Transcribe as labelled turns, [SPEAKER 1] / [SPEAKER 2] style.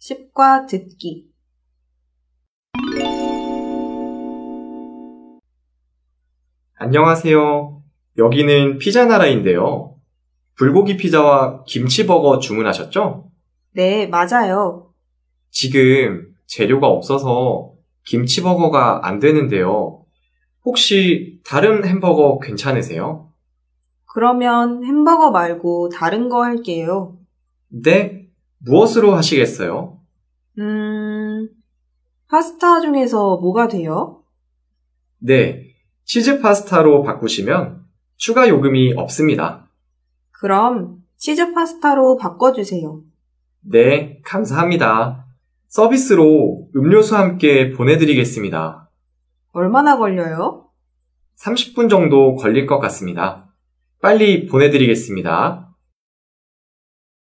[SPEAKER 1] 10과 듣기.
[SPEAKER 2] 안녕하세요. 여기는 피자 나라인데요. 불고기 피자와 김치버거 주문하셨죠?
[SPEAKER 1] 네, 맞아요.
[SPEAKER 2] 지금 재료가 없어서 김치버거가 안 되는데요. 혹시 다른 햄버거 괜찮으세요?
[SPEAKER 1] 그러면 햄버거 말고 다른 거 할게요.
[SPEAKER 2] 네? 무엇으로 하시겠어요?
[SPEAKER 1] 음, 파스타 중에서 뭐가 돼요?
[SPEAKER 2] 네. 치즈 파스타로 바꾸시면 추가 요금이 없습니다.
[SPEAKER 1] 그럼 치즈 파스타로 바꿔주세요.
[SPEAKER 2] 네, 감사합니다. 서비스로 음료수 함께 보내드리겠습니다.
[SPEAKER 1] 얼마나 걸려요?
[SPEAKER 2] 30분 정도 걸릴 것 같습니다. 빨리 보내드리겠습니다.